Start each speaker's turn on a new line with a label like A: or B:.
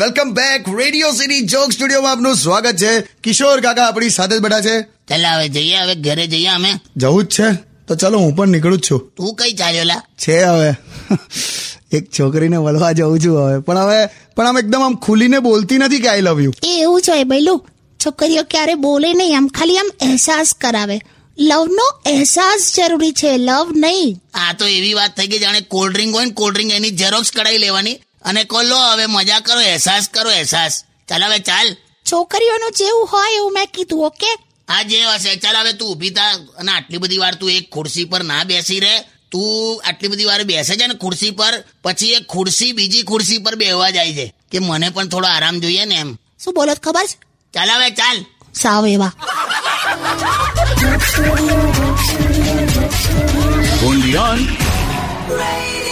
A: welcome back Radio City joke સ્ટુડિયોમાં આપનું સ્વાગત છે કિશોર કાકા આપણી સાથે જ બેઠા છે
B: ચાલ હવે જઈએ હવે ઘરે જઈએ અમે
A: જવું જ છે તો ચલો હું પણ નીકળું જ છું
B: તું કઈ ચાલ્યો લા
A: છે હવે એક છોકરીને વળવા જઉં છું હવે પણ હવે પણ આમ એકદમ આમ ખુલીને બોલતી નથી કે આઈ લવ યુ
C: એ એવું જ હોય બૈલું છોકરીઓ ક્યારે બોલે નહીં આમ ખાલી આમ અહેસાસ કરાવે લવનો અહેસાસ જરૂરી છે લવ નહીં
B: આ તો એવી વાત થઈ કે જાણે કોલ્ડ ડ્રિંક હોય ને કોલ્ડ ડ્રિંક એની ઝેરોક્સ કઢાઈ લેવાની અને કહો લો હવે મજા કરો અહેસાસ કરો અહેસાસ ચાલ હવે ચાલ
C: છોકરીઓનું જેવું હોય એવું મેં કીધું ઓકે
B: આ જે હશે ચાલ હવે તું ઊભી થા અને આટલી બધી વાર તું એક ખુરશી પર ના બેસી રહે તું આટલી બધી વાર બેસે છે ને ખુરશી પર પછી એ ખુરશી બીજી ખુરશી પર બેહવા જાય છે કે મને પણ થોડો આરામ જોઈએ ને એમ
C: શું બોલો છો ખબર છે
B: ચાલ હવે ચાલ
C: સાવ એવા
D: Only on
E: Radio